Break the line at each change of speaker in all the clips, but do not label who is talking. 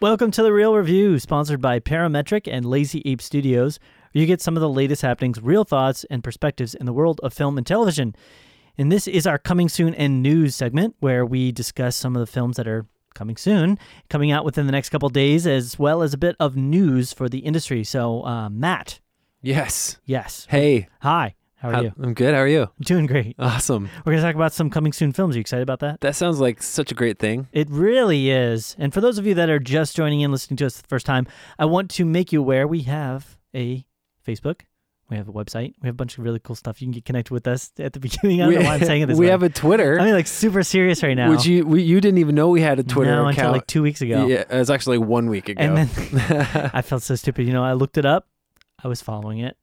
Welcome to The Real Review, sponsored by Parametric and Lazy Ape Studios, where you get some of the latest happenings, real thoughts, and perspectives in the world of film and television. And this is our coming soon and news segment, where we discuss some of the films that are coming soon, coming out within the next couple days, as well as a bit of news for the industry. So, uh, Matt,
Yes.
yes.
Hey.
Hi, how are
How-
you?
I'm good. How are you?
Doing great.
Awesome.
We're going to talk about some coming soon films. Are you excited about that?
That sounds like such a great thing.
It really is. And for those of you that are just joining in, listening to us the first time, I want to make you aware we have a Facebook. We have a website. We have a bunch of really cool stuff. You can get connected with us at the beginning. I don't know why I'm saying it this
we
way.
have a Twitter.
I mean, like super serious right now.
Which you we, you didn't even know we had a Twitter
no,
account.
until like two weeks ago.
Yeah, it was actually one week ago.
and then I felt so stupid. You know, I looked it up. I was following it.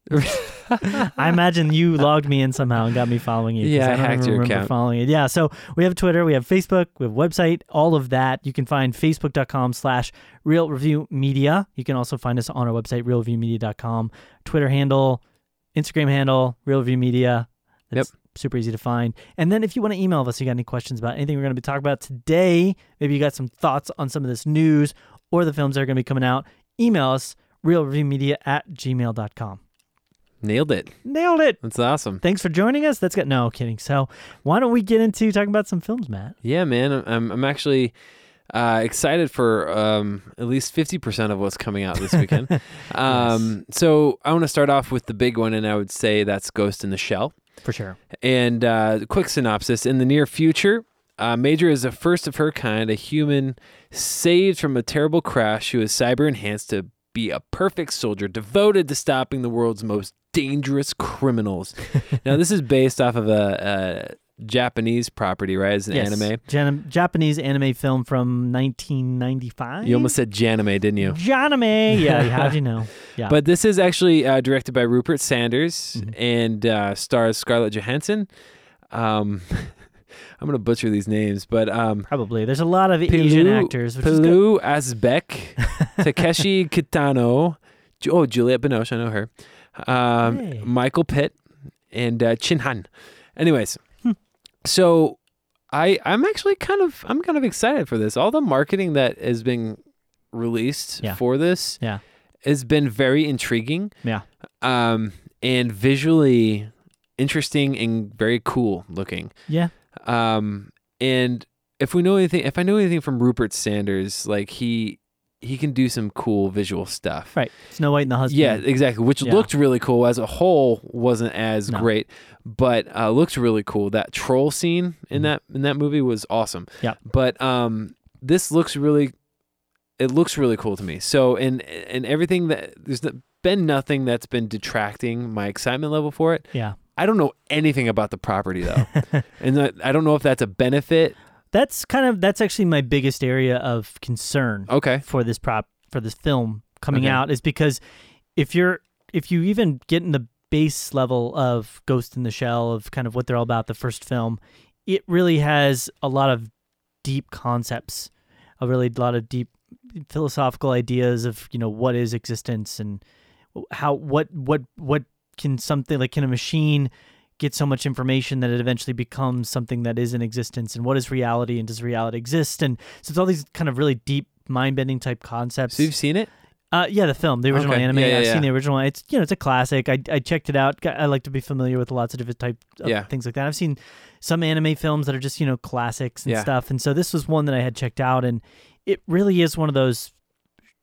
I imagine you logged me in somehow and got me following you. 'cause
Yeah, I
don't
hacked
even
your
remember
account.
Following it, yeah. So we have Twitter, we have Facebook, we have website, all of that. You can find facebook.com/slash Real Review Media. You can also find us on our website, realreviewmedia.com. Twitter handle, Instagram handle, Real Review Media. That's super easy to find. And then if you want to email us, you got any questions about anything we're going to be talking about today? Maybe you got some thoughts on some of this news or the films that are going to be coming out. Email us realreviewmedia at gmail.com.
Nailed it.
Nailed it.
That's awesome.
Thanks for joining us. That's good. No, kidding. So, why don't we get into talking about some films, Matt?
Yeah, man. I'm- I'm I'm actually uh, excited for um, at least fifty percent of what's coming out this weekend. um, So I want to start off with the big one, and I would say that's Ghost in the Shell.
For sure.
And uh, quick synopsis in the near future, uh, Major is the first of her kind, a human saved from a terrible crash who is cyber enhanced to be a perfect soldier devoted to stopping the world's most dangerous criminals. now, this is based off of a, a Japanese property, right? As an anime.
Jan- Japanese anime film from 1995.
You almost said Janime, didn't you?
Janime. Yeah, how'd you know? Yeah.
But this is actually uh, directed by Rupert Sanders and uh, stars Scarlett Johansson. Um, I'm going to butcher these names, but um,
Probably. There's a lot of Asian actors. Which is good.
Pilu Asbeck, Takeshi Kitano, Ju- oh Juliette Binoche, I know her, um,
Hey.
Michael Pitt, and uh, Chin Han. Anyways,
Hmm.
so I I'm actually kind of I'm kind of excited for this. All the marketing that has been released
Yeah.
for this
Yeah.
has been very intriguing
Yeah.
um, and visually interesting and very cool looking.
Yeah.
Um, and if we know anything, if I know anything from Rupert Sanders, like he he can do some cool visual stuff.
Right. Snow White and the Husband.
Yeah, exactly. Which
Yeah.
looked really cool as a whole, wasn't as
No.
great, but uh, looked really cool. That troll scene in
Mhm.
that in that movie was awesome.
Yeah.
But um, this looks really, it looks really cool to me. So and and everything that there's been nothing that's been detracting my excitement level for it.
Yeah.
I don't know anything about the property though, and that- I don't know if that's a benefit.
That's kind of that's actually my biggest area of concern.
Okay.
for this prop for this film coming
Okay.
out is because if you're if you even get in the base level of Ghost in the Shell of kind of what they're all about the first film, it really has a lot of deep concepts, a really lot of deep philosophical ideas of you know what is existence and how what what what can something like can a machine get so much information that it eventually becomes something that is in existence and what is reality and does reality exist and so it's all these kind of really deep mind-bending type concepts
So you've seen it?
uh, yeah, the film, the original
Okay.
anime.
Yeah, yeah,
I've
yeah.
seen the original. It's you know, it's a classic. I, I checked it out. Got- I like to be familiar with lots of different type of
Yeah.
things like that. I've seen some anime films that are just you know classics and
Yeah.
stuff. And so this was one that I had checked out, and it really is one of those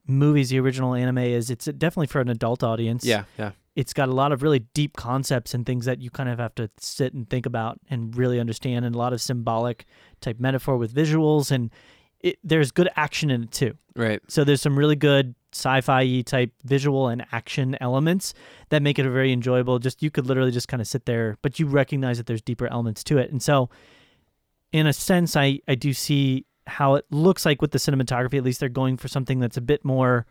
movies. The original anime is it's definitely for an adult audience.
Yeah, yeah.
it's got a lot of really deep concepts and things that you kind of have to sit and think about and really understand, and a lot of symbolic type metaphor with visuals, and it, there's good action in it too.
Right.
So there's some really good sci-fi type visual and action elements that make it a very enjoyable. Just you could literally just kind of sit there, but you recognize that there's deeper elements to it. And so in a sense I I do see how it looks like with the cinematography at least they're going for something that's a bit more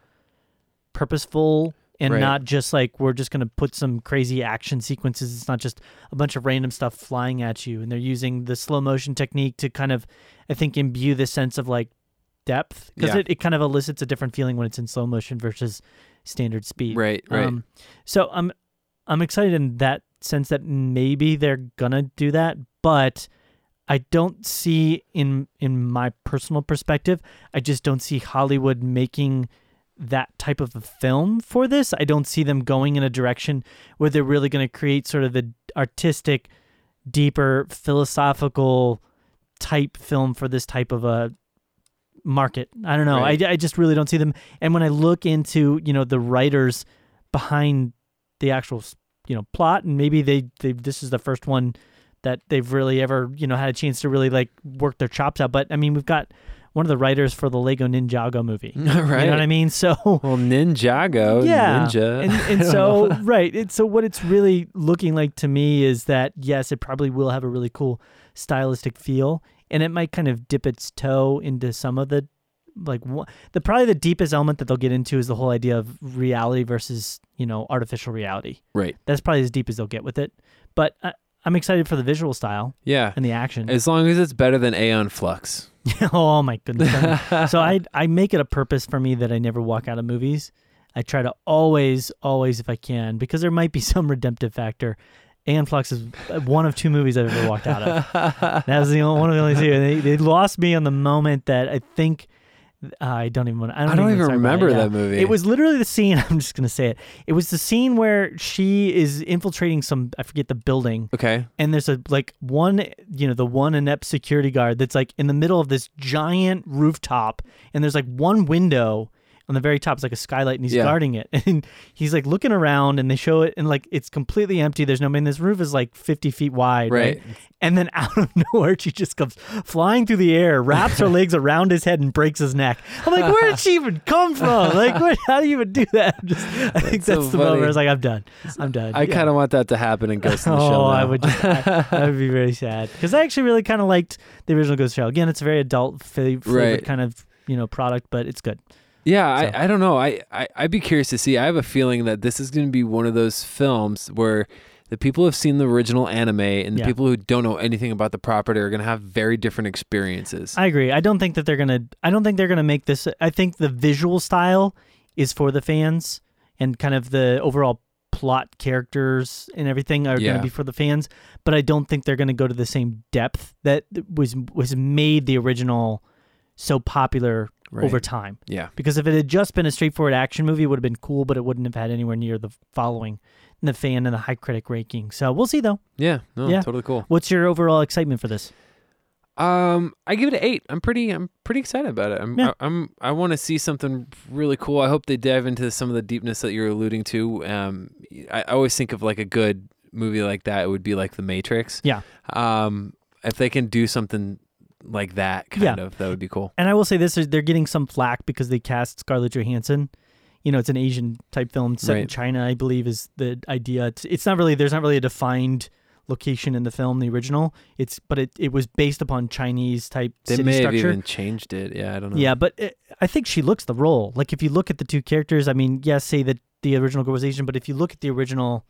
purposeful and
Right.
not just like we're just going to put some crazy action sequences it's not just a bunch of random stuff flying at you and they're using the slow motion technique to kind of i think imbue this sense of like depth because
Yeah.
it, it kind of elicits a different feeling when it's in slow motion versus standard speed
Right, right.
um, so i'm i'm excited in that sense that maybe they're gonna do that but I don't see in in my personal perspective, I just don't see Hollywood making that type of a film for this. I don't see them going in a direction where they're really going to create sort of the artistic, deeper, philosophical type film for this type of a market. I don't know.
Right.
I, I just really don't see them. And when I look into, you know, the writers behind the actual, s- you know, plot and maybe they, they this is the first one that they've really ever, you know, had a chance to really like work their chops out. But I mean, we've got one of the writers for the Lego Ninjago movie.
right.
You know what I mean? So
Well, Ninjago,
yeah.
Ninja.
And, and so, right. And so, what it's really looking like to me is that, yes, it probably will have a really cool stylistic feel and it might kind of dip its toe into some of the, like, wha- the probably the deepest element that they'll get into is the whole idea of reality versus, you know, artificial reality.
right.
That's probably as deep as they'll get with it. But I, I'm excited for the visual style
Yeah.
and the action.
As long as it's better than Aeon Flux.
oh, my goodness. so I I make it a purpose for me that I never walk out of movies. I try to always, always, if I can, because there might be some redemptive factor. And Flux is uh, one of two movies I've ever walked out of. That was the only one of the only two. They, they lost me on the moment that I think I don't even. want I don't,
I don't even
wanna talk about it
remember
now.
that movie.
It was literally the scene. I'm just gonna say it. It was the scene where she is infiltrating some. I forget the building,
okay.
and there's a like one you know the one inept security guard that's like in the middle of this giant rooftop and there's like one window on the very top it's like a skylight and he's
Yeah.
guarding it and he's like looking around and they show it and like it's completely empty there's no man this roof is like 50 feet wide right,
Right.
and then out of nowhere she just comes flying through the air wraps her legs around his head and breaks his neck i'm like where did she even come from like where, how do you even do that I'm just, i think
That's so
that's the moment
funny.
where i was like i'm done i'm done
I
Yeah
kind of want that to happen in Ghost in the Shell.
oh, I
now.
would. Just, I, that would be very sad because I actually really kind of liked the original Ghost Shell. Again, it's a very adult fa- flavored
Right.
kind of you know product, but it's good.
Yeah,
So-
I, I don't know. I, I, I'd be curious to see. I have a feeling that this is going to be one of those films where the people who have seen the original anime and the
Yeah.
people who don't know anything about the property are going to have very different experiences.
I agree. I don't think that they're gonna. I don't think they're gonna make this. I think the visual style is for the fans, and kind of the overall plot, characters, and everything are
Yeah.
gonna be for the fans. But I don't think they're gonna go to the same depth that was was made the original so popular
Right.
over time.
yeah,
because if it had just been a straightforward action movie, it would have been cool, but it wouldn't have had anywhere near the following, and the fan, and the high critic ranking. So we'll see, though.
yeah, no,
Yeah.
totally cool.
What's your overall excitement for this?
Um, I give it an eight. I'm pretty, I'm pretty excited about it. I'm,
Yeah.
I, I'm, I want to see something really cool. I hope they dive into some of the deepness that you're alluding to. Um, I, I always think of like a good movie like that. It would be like The Matrix.
Yeah.
Um, if they can do something like that, kind
Yeah.
of, that would be cool.
And I will say this: is they're getting some flack because they cast Scarlett Johansson. You know, it's an Asian type film set in
Right.
China, I believe, is the idea. It's, it's not really there's not really a defined location in the film, the original. It's but it, it was based upon Chinese type
They
city
may
structure.
have even changed it. Yeah, I don't know.
Yeah, but it, I think she looks the role. Like if you look at the two characters, I mean, yes, say that the original girl was Asian, but if you look at the original,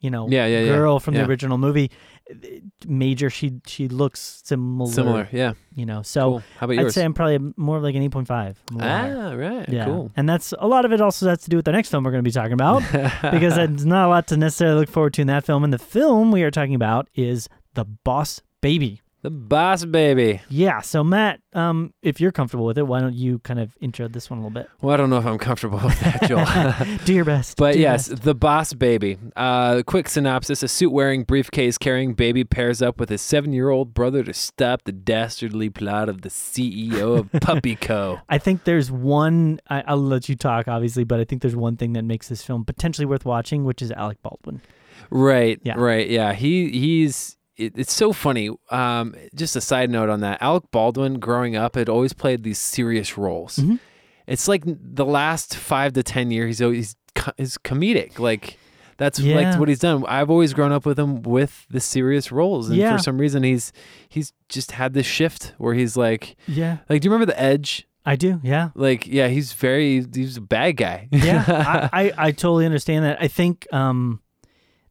you know,
Yeah, yeah, yeah.
girl from
Yeah.
the original movie, eh, Major, she she looks similar.
Similar. Yeah.
you know. So
Cool. How about
I'd
yours?
say I'm probably m- more of like an eight point five.
ah, right.
yeah,
Cool.
and that's a lot of it. Also, has to do with the next film we're going to be talking about because there's not a lot to necessarily look forward to in that film. And the film we are talking about is The Boss Baby.
the boss baby.
Yeah, so Matt, um, if you're comfortable with it, why don't you kind of intro this one a little bit?
Well, I don't know if I'm comfortable with that, Joel.
Do your best.
But
Do your
yes,
best.
the boss baby. Uh, quick synopsis: A suit-wearing, briefcase-carrying baby pairs up with his seven-year-old brother to stop the dastardly plot of the CEO of Puppy Co.
I think there's one. I, I'll let you talk, obviously, but I think there's one thing that makes this film potentially worth watching, which is Alec Baldwin.
Right.
Yeah.
Right. Yeah. He he's. It, it's so funny. Um, just a side note on that. Alec Baldwin, growing up, had always played these serious roles.
Mhm.
It's like the last five to ten years, he's always co- he's comedic. Like that's
Yeah.
like what he's done. I've always grown up with him with the serious roles, and
Yeah.
for some reason, he's he's just had this shift where he's like,
Yeah,
like, do you remember The Edge?
I do. Yeah,
Like, yeah, he's very he's a bad guy.
yeah. I, I I totally understand that. I think um,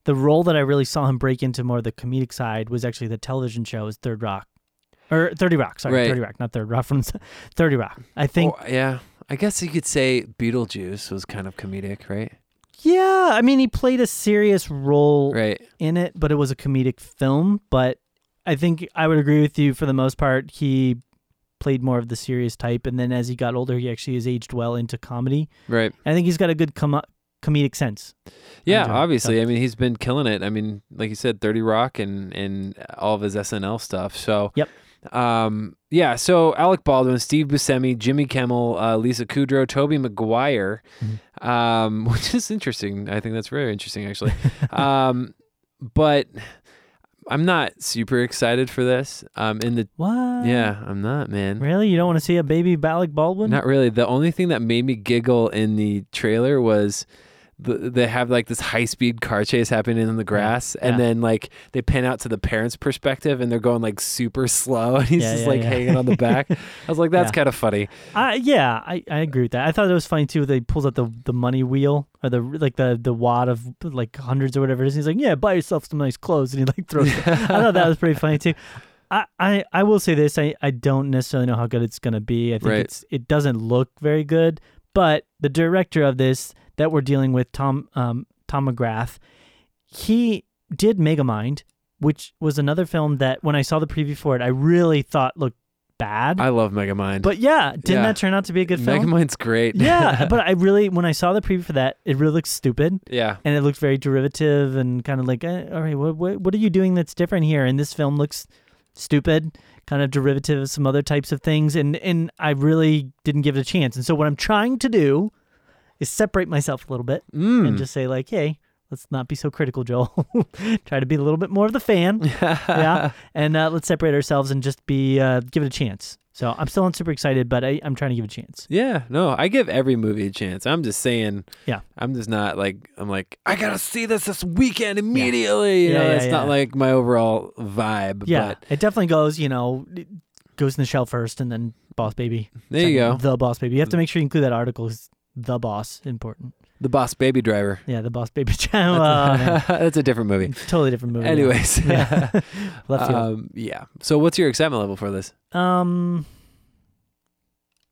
the role that I really saw him break into more of the comedic side was actually the television show is Third Rock, or Thirty Rock. Sorry,
Right.
Thirty Rock, not Third Rock from Thirty Rock. I think.
Or- yeah, I guess you could say Beetlejuice was kind of comedic, right?
Yeah, I mean, he played a serious role
Right.
in it, but it was a comedic film. But I think I would agree with you for the most part. He played more of the serious type, and then as he got older, he actually has aged well into comedy.
Right.
I think he's got a good com- comedic sense.
Yeah,
Enjoy
obviously.
yourself.
I mean, he's been killing it. I mean, like you said, Thirty Rock and and all of his SNL stuff. So
Yep.
Um. Yeah. So Alec Baldwin, Steve Buscemi, Jimmy Kimmel, uh, Lisa Kudrow, Toby Maguire,
Mm-hmm.
um, which is interesting. I think that's very interesting, actually. um, but I'm not super excited for this. Um. In the
What?
yeah, I'm not, man.
Really? You don't want to see a baby Alec Baldwin?
Not really. The only thing that made me giggle in the trailer was the, they have like this high speed car chase happening in the grass, and
Yeah.
then like they pan out to the parents' perspective, and they're going like super slow, and he's
Yeah,
just
yeah,
like
yeah.
hanging on the back. I was like, that's
Yeah.
kind of funny.
I, yeah, I, I agree with that. I thought it was funny too. They pulls out the, the money wheel or the like the the wad of like hundreds or whatever it is. He's like, yeah, buy yourself some nice clothes, and he like throws. it. I thought that was pretty funny too. I, I, I will say this. I, I don't necessarily know how good it's gonna be. I think
Right.
it's it doesn't look very good. But the director of this that we're dealing with, Tom um, Tom McGrath, he did Megamind, which was another film that when I saw the preview for it, I really thought looked bad.
I love Megamind.
But yeah, didn't
Yeah.
that turn out to be a good film?
Megamind's great.
yeah, but I really, when I saw the preview for that, it really looked stupid
yeah.
and it looked very derivative and kind of like, eh, all right, what, what what are you doing that's different here? And this film looks stupid, kind of derivative of some other types of things, and and I really didn't give it a chance. And so what I'm trying to do is separate myself a little bit
Mm.
and just say like, hey, let's not be so critical, Joel. Try to be a little bit more of the fan yeah. And uh, let's separate ourselves and just be uh, give it a chance. So I'm still not super excited, but I, I'm trying to give it a chance.
Yeah, no, I give every movie a chance. I'm just saying.
Yeah.
I'm just not like I'm like I gotta see this this weekend immediately. You
Yeah,
know,
yeah,
it's not
yeah.
like my overall vibe.
Yeah,
but
it definitely goes. You know, it goes in the shell first, and then Boss Baby.
there you go.
Second, The Boss Baby. You have to make sure you include that article. 'cause The Boss important.
The Boss Baby Driver.
Yeah, the Boss Baby channel. Oh, man.
That's a different movie.
totally different movie.
Anyways,
Yeah. left field.
um, yeah. So, what's your excitement level for this?
Um,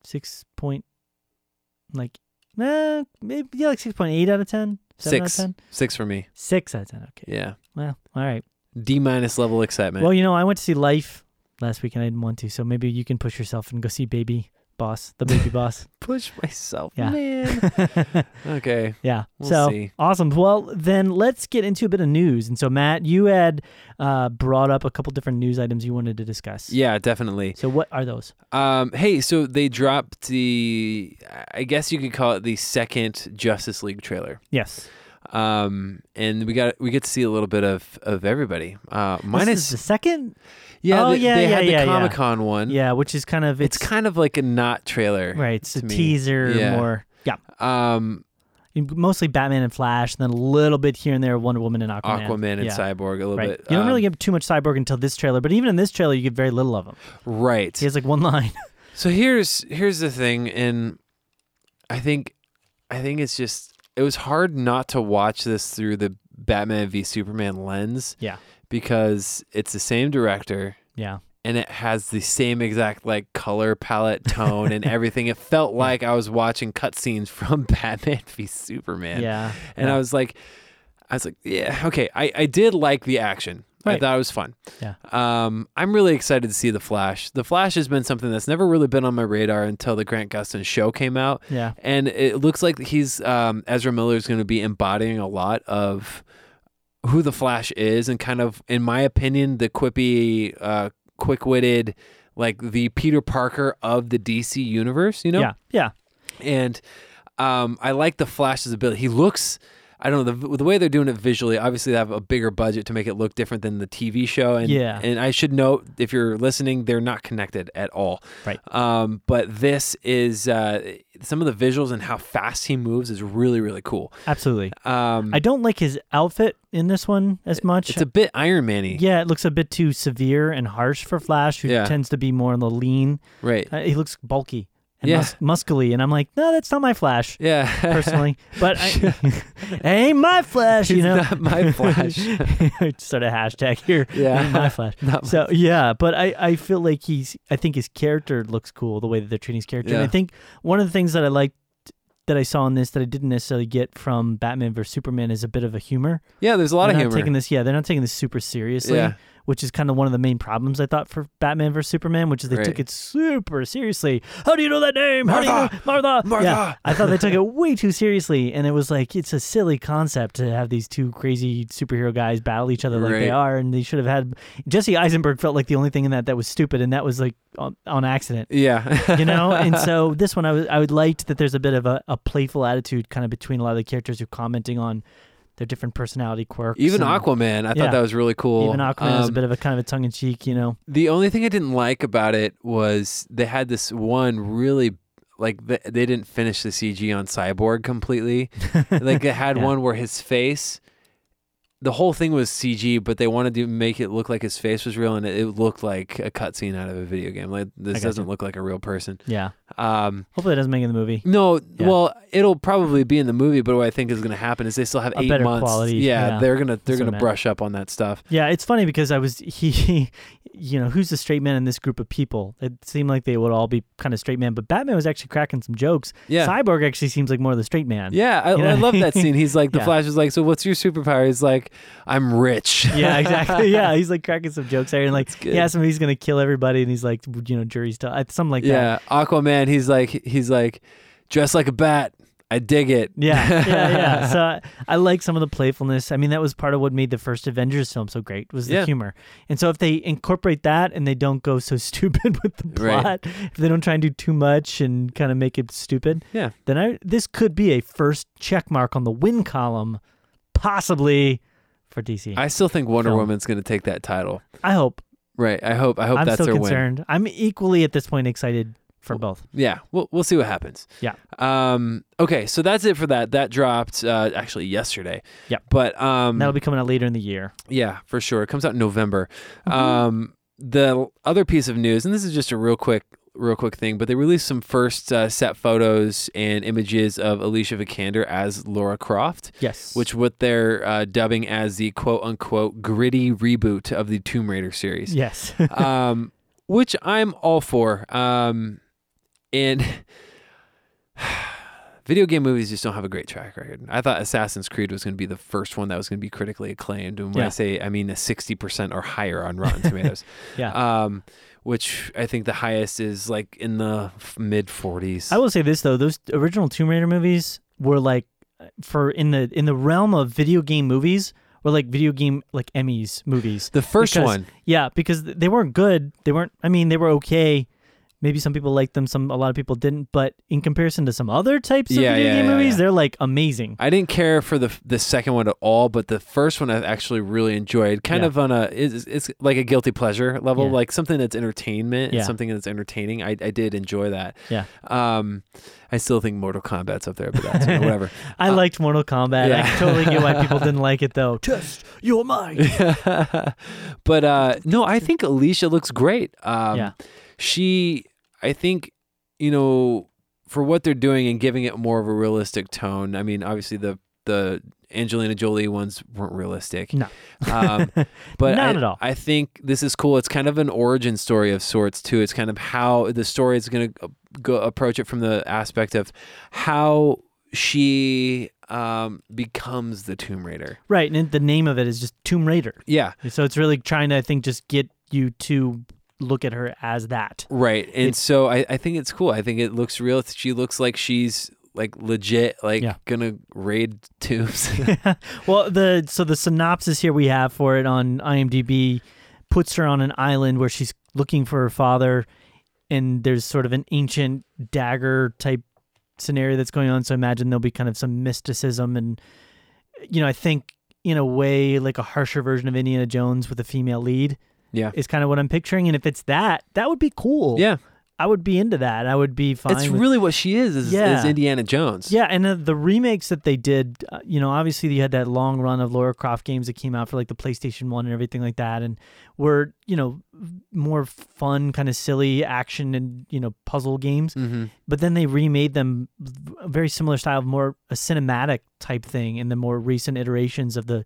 six point, like, nah, maybe yeah, like six point eight out of ten. Seven
Six.
out of ten.
Six for me.
Six out of ten. Okay.
Yeah,
Well, all right.
D minus level excitement.
Well, you know, I went to see Life last week and I didn't want to, so maybe you can push yourself and go see Baby Boss, the Baby Boss.
push myself,
Yeah.
man. okay,
yeah.
we'll
so
see.
awesome. Well, then let's get into a bit of news. And so, Matt, you had uh, brought up a couple different news items you wanted to discuss.
Yeah, definitely.
So, what are those?
Um, hey, so they dropped the, I guess you could call it the second Justice League trailer.
Yes.
Um, and we got we get to see a little bit of of everybody. Uh,
this is
minus
the second.
yeah,
oh,
they,
yeah,
they
yeah,
had the
yeah, yeah.
Comic Con one.
Yeah, which is kind of
It's,
it's,
kind of like a not trailer.
right. It's a
to me.
teaser
Yeah.
more. Yeah.
Um,
Mostly Batman and Flash, and then a little bit here and there Wonder Woman and Aquaman.
Aquaman and
Yeah.
Cyborg a little
Right.
bit.
you don't
um,
really get too much cyborg until this trailer, but even in this trailer, you get very little of him.
right.
He has like one line.
So here's here's the thing, and I think I think it's just it was hard not to watch this through the Batman v Superman lens.
Yeah.
Because it's the same director
Yeah.
and it has the same exact like color palette, tone, and everything. It felt like I was watching cutscenes from Batman v Superman.
yeah.
And
yeah.
I was like, I was like, yeah, okay. I, I did like the action. I
Right.
thought it was fun.
Yeah.
Um, I'm really excited to see The Flash. The Flash has been something that's never really been on my radar until the Grant Gustin show came out.
Yeah.
And it looks like he's, um, Ezra Miller is going to be embodying a lot of who The Flash is and kind of, in my opinion, the quippy, uh, quick witted, like the Peter Parker of the DC universe, you know?
Yeah. Yeah.
and um, I like the Flash's ability. He looks. I don't know the, the way they're doing it visually. Obviously, they have a bigger budget to make it look different than the TV show. And
Yeah.
and I should note if you're listening, they're not connected at all.
Right.
Um, but this is uh, some of the visuals and how fast he moves is really really cool.
Absolutely.
Um,
I don't like his outfit in this one as much.
it's a bit Iron Man-y.
yeah, it looks a bit too severe and harsh for Flash, who
Yeah.
tends to be more on the lean.
Right.
Uh, he looks bulky and
Yeah.
mus- muscly, and I'm like, no, that's not my Flash
Yeah.
personally. but I, it ain't my Flash, you
It's
know.
not my Flash.
Sort of hashtag here.
Yeah.
ain't my Flash.
Not my-
So yeah, but I, I feel like he's I think his character looks cool the way that they're treating his character. And
Yeah.
I think one of the things that I liked that I saw in this that I didn't necessarily get from Batman versus Superman is a bit of a humor.
yeah. There's a lot
they're
of
not
humor.
taking this yeah, they're not taking this super seriously.
Yeah.
which is kind of one of the main problems I thought for Batman vs Superman, which is they
Right.
took it super seriously. How do you know that name? How do you know Martha?
Martha!
Yeah, I thought they took it way too seriously, and it was like it's a silly concept to have these two crazy superhero guys battle each other like they
Right.
are, and they should have had Jesse Eisenberg felt like the only thing in that that was stupid, and that was like on, on accident
Yeah.
you know and so this one i was i would liked that there's a bit of a, a playful attitude kind of between a lot of the characters who are commenting on their different personality quirks
Even
and
Aquaman, I
Yeah.
thought that was really cool.
even aquaman was a
Um,
bit of a kind of a tongue-in-cheek you know
The only thing I didn't like about it was they had this one really like th- they didn't finish the CG on Cyborg completely. like they had
Yeah.
one where his face the whole thing was CG, but they wanted to make it look like his face was real, and it, it looked like a cutscene out of a video game. Like this
gotcha.
doesn't look like a real person.
yeah
Um,
hopefully it doesn't make it in the movie
no,
Yeah.
well, it'll probably be in the movie, but what I think is going to happen is they still have
A
eight
better
months.
quality,
Yeah,
yeah.
they're gonna
what
they're
I
gonna
meant.
brush up on that stuff.
yeah it's funny because i was he, he you know who's the straight man in this group of people it seemed like they would all be kind of straight men but batman was actually cracking some jokes
Yeah.
cyborg actually seems like more of the straight man
Yeah, I,
You know?
I love that scene. He's like, the
Yeah.
Flash is like, so what's your superpower? He's like, I'm rich.
yeah, exactly. Yeah, he's like cracking some jokes there, and like
That's good.
yeah, somebody's gonna kill everybody, and he's like, you know, jury stuff, something like that.
yeah. Aquaman, he's like, he's like, dressed like a bat. I dig it.
Yeah, yeah, yeah. so I, I like some of the playfulness. I mean, that was part of what made the first Avengers film so great was the
Yeah.
humor. And so if they incorporate that and they don't go so stupid with the plot,
Right.
if they don't try and do too much and kind of make it stupid,
Yeah.
then I this could be a first check mark on the win column, possibly for DC. I,
I still think Wonder
Film.
Woman's gonna take that title.
hope.
Right. I hope. I hope
I'm
that's
so
her win.
concerned. I'm equally at this point excited for both.
Yeah. We'll we'll see what happens.
Yeah.
Um. Okay. So that's it for that. That dropped uh, actually yesterday.
Yep.
But um.
That'll be coming out later in the year.
Yeah, for sure. It comes out in November. Um, the l- other piece of news, and this is just a real quick, real quick thing, but they released some first uh, set photos and images of Alicia Vikander as Laura Croft,
Yes.
which what they're uh, dubbing as the quote unquote gritty reboot of the Tomb Raider series
yes.
um, which I'm all for. Um, and video game movies just don't have a great track record. I thought Assassin's Creed was going to be the first one that was going to be critically acclaimed, and when
Yeah.
I say, I mean a sixty percent or higher on Rotten Tomatoes.
Yeah.
Um, which I think the highest is like in the mid forties.
I will say this though: those original Tomb Raider movies were like, for in the in the realm of video game movies, were like video game like Emmys movies.
the first
because-
one,
Yeah, because th- they weren't good. They weren't. I mean, they were okay. Maybe some people liked them. Some a lot of people didn't. But in comparison to some other types of
Yeah,
video
yeah,
game
yeah,
movies,
yeah.
they're like amazing.
I didn't care for the the second one at all, but the first one I actually really enjoyed. Kind
Yeah.
of on a it's, it's like a guilty pleasure level,
Yeah.
like something that's entertainment
Yeah.
and something that's entertaining. I, I did enjoy that.
Yeah.
Um, I still think Mortal Kombat's up there, but that's whatever.
I liked Mortal Kombat. I
yeah.
can totally get why people didn't like it though. Test your mind.
but uh, no, I think Alicia looks great. Um,
Yeah.
She, I think, you know, for what they're doing and giving it more of a realistic tone. I mean, obviously the the Angelina Jolie ones weren't realistic.
No.
um, but
Not
I,
at all.
I think this is cool. It's kind of an origin story of sorts too. It's kind of how the story is going to go approach it from the aspect of how she um, becomes the Tomb Raider.
Right, and the name of it is just Tomb Raider.
Yeah.
So it's really trying to, I think, just get you to look at her as that.
Right. And
It-
so I, I think it's cool. I think it looks real. She looks like she's like legit, like
Yeah.
gonna raid tombs.
well, the so the synopsis here we have for it on IMDb puts her on an island where she's looking for her father, and there's sort of an ancient dagger type scenario that's going on. So I imagine there'll be kind of some mysticism, and you know, I think in a way like a harsher version of Indiana Jones with a female lead
yeah.
is kind of what I'm picturing. And if it's that, that would be cool.
Yeah.
I would be into that. I would be fine.
It's
with
really what she is, is,
Yeah.
is Indiana Jones.
Yeah, and uh, the remakes that they did, uh, you know, obviously you had that long run of Laura Croft games that came out for like the PlayStation 1 and everything like that and were, you know, more fun kind of silly action and, you know, puzzle games,
hmm
but then they remade them v- very similar style, more a cinematic type thing in the more recent iterations of the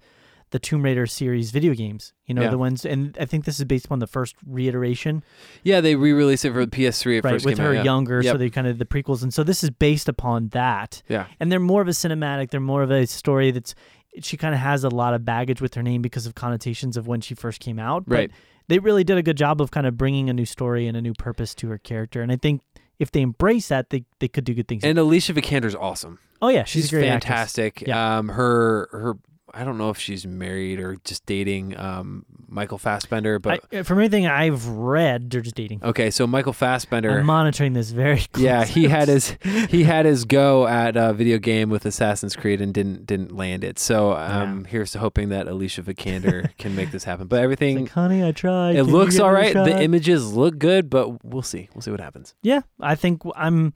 the Tomb Raider series video games, you know,
Yeah.
the ones and I think this is based upon the first reiteration
Yeah, they re released it for the PS3 at
right
first
with
came
her
out, yeah.
younger so
Yep.
they kind of the prequels and so this is based upon that
Yeah.
and they're more of a cinematic they're more of a story that's she kind of has a lot of baggage with her name because of connotations of when she first came out. But
Right.
They really did a good job of kind of bringing a new story and a new purpose to her character, and I think if they embrace that, they they could do good things.
And Alicia Vikander's awesome.
oh yeah, she's, a great. actress.
fantastic.
Yeah.
Um, her her I don't know if she's married or just dating um, Michael Fassbender, but
I, from everything I've read, they're just dating.
okay. So Michael Fassbender,
I'm monitoring this very. Close.
yeah, he had his he had his go at a video game with Assassin's Creed and didn't didn't land it. So um, here's to hoping that Alicia Vikander can make this happen. But
It's
everything
like, honey, I tried.
it
Can you
looks
give
all
it a
right. The
shot?"
images look good, but we'll see. We'll see what happens.
yeah, I think I'm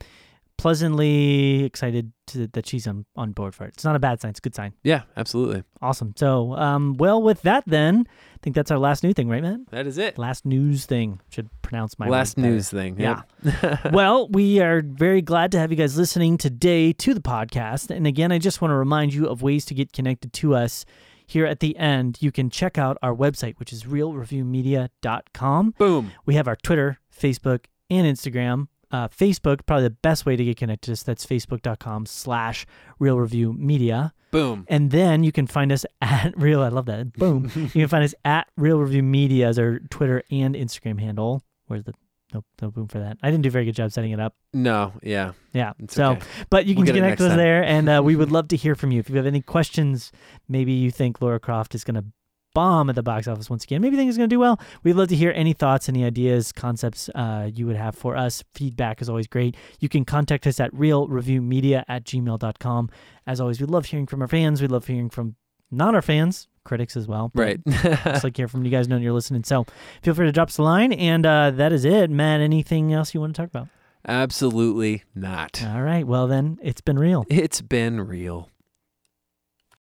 pleasantly excited to, that she's on, on board for it. It's not a bad sign. It's a good sign.
Yeah, absolutely.
Awesome. So, um, well, with that, then I think that's our last new thing, right, Matt?
That is it.
Last news thing. Should pronounce my
Last
words better.
news thing.
Yeah.
Yeah.
well, we are very glad to have you guys listening today to the podcast. And again, I just want to remind you of ways to get connected to us. Here at the end, you can check out our website, which is realreviewmedia.com.
Boom.
We have our Twitter, Facebook, and Instagram. Uh, Facebook, probably the best way to get connected to us. That's facebook.com slash real review media.
Boom.
And then you can find us at real, I love that. Boom. you can find us at real review media as our Twitter and Instagram handle. Where's the, nope, no boom for that. I didn't do a very good job setting it up.
No. Yeah.
Yeah.
It's
so,
okay.
but you can
We'll get it
connect
next
with us
time.
there, and uh, we would love to hear from you. If you have any questions, maybe you think Laura Croft is going to bomb at the box office once again. Maybe you think it's going to do well. We'd love to hear any thoughts, any ideas, concepts uh, you would have for us. Feedback is always great. You can contact us at realreviewmedia at gmail.com. As always, we love hearing from our fans. We love hearing from not our fans, critics as well. but
Right.
Just like hear from you guys knowing you're listening. So feel free to drop us a line. And uh, that is it. Matt, anything else you want to talk about?
Absolutely not.
All right. Well, then it's been real.
It's been real.